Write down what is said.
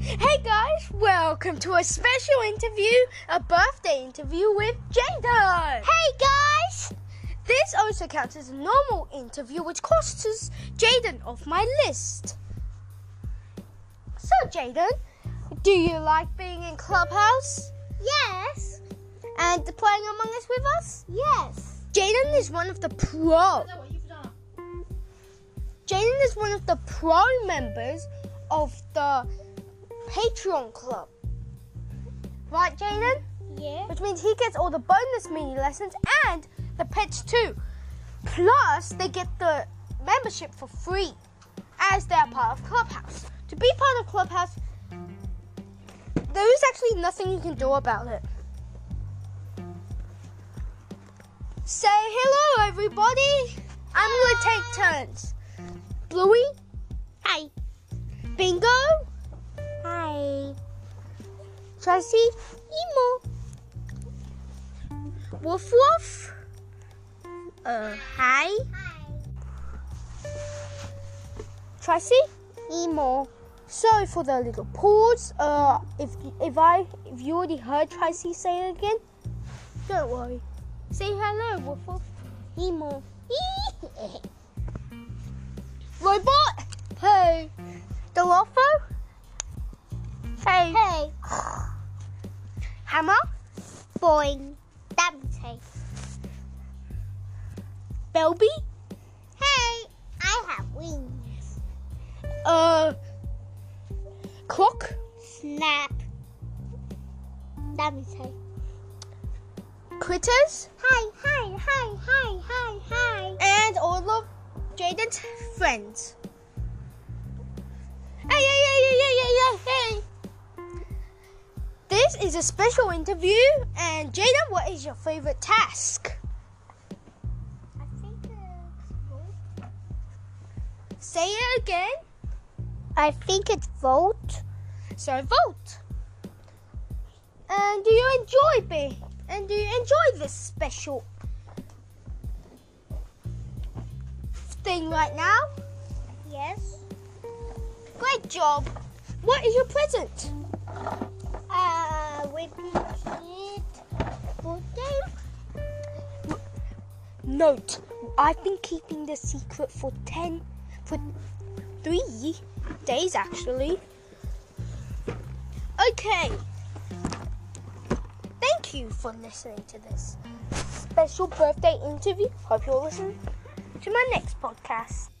Hey guys, welcome to a special interview, a birthday interview with Jada. Hey guys! This also counts as a normal interview, which costs Jaden off my list. So, Jaden, do you like being in Clubhouse Yes. and playing Among Us with us? Yes. Jaden is one of the pro. Jaden is one of the pro members of the Patreon club. Right, Jaden? Yeah. Which means he gets all the bonus mini lessons and the pets too. Plus, they get the membership for free as they're part of Clubhouse. To be part of Clubhouse, there is actually nothing you can do about it. Say hello, everybody. I'm gonna take turns. Bluey, Hi. Bingo, Hi. Tracy, Emo, Woof Woof. Uh, hi. Hi. Tracy, Emo. Sorry for the little pause. Uh, if if I if you already heard Tracy say it again, don't worry. Say hello, Woof Woof. Emo. Robot. Hey. Dolofo. Hey. Hey. Hammer. Boing. Dumpty. Belby. Hey. I have wings. Uh. Clock. Snap. Dumpty. Critters. Hi. Hi. Hi. Hi. Hi. Hi. And all of Jaden's friends. Hey, hey, hey, hey, hey, hey, hey, hey. This is a special interview, and Jaden, what is your favorite task? I think uh, it's vote. Say it again. I think it's vote. So vote. And do you enjoy being? And do you enjoy this special thing right now? Yes. Great job. What is your present? Uh, whipping kid. Birthday. Note, I've been keeping the secret for 10, for three days actually. Okay. Thank you for listening to this special birthday interview. Hope you'll listen to my next podcast.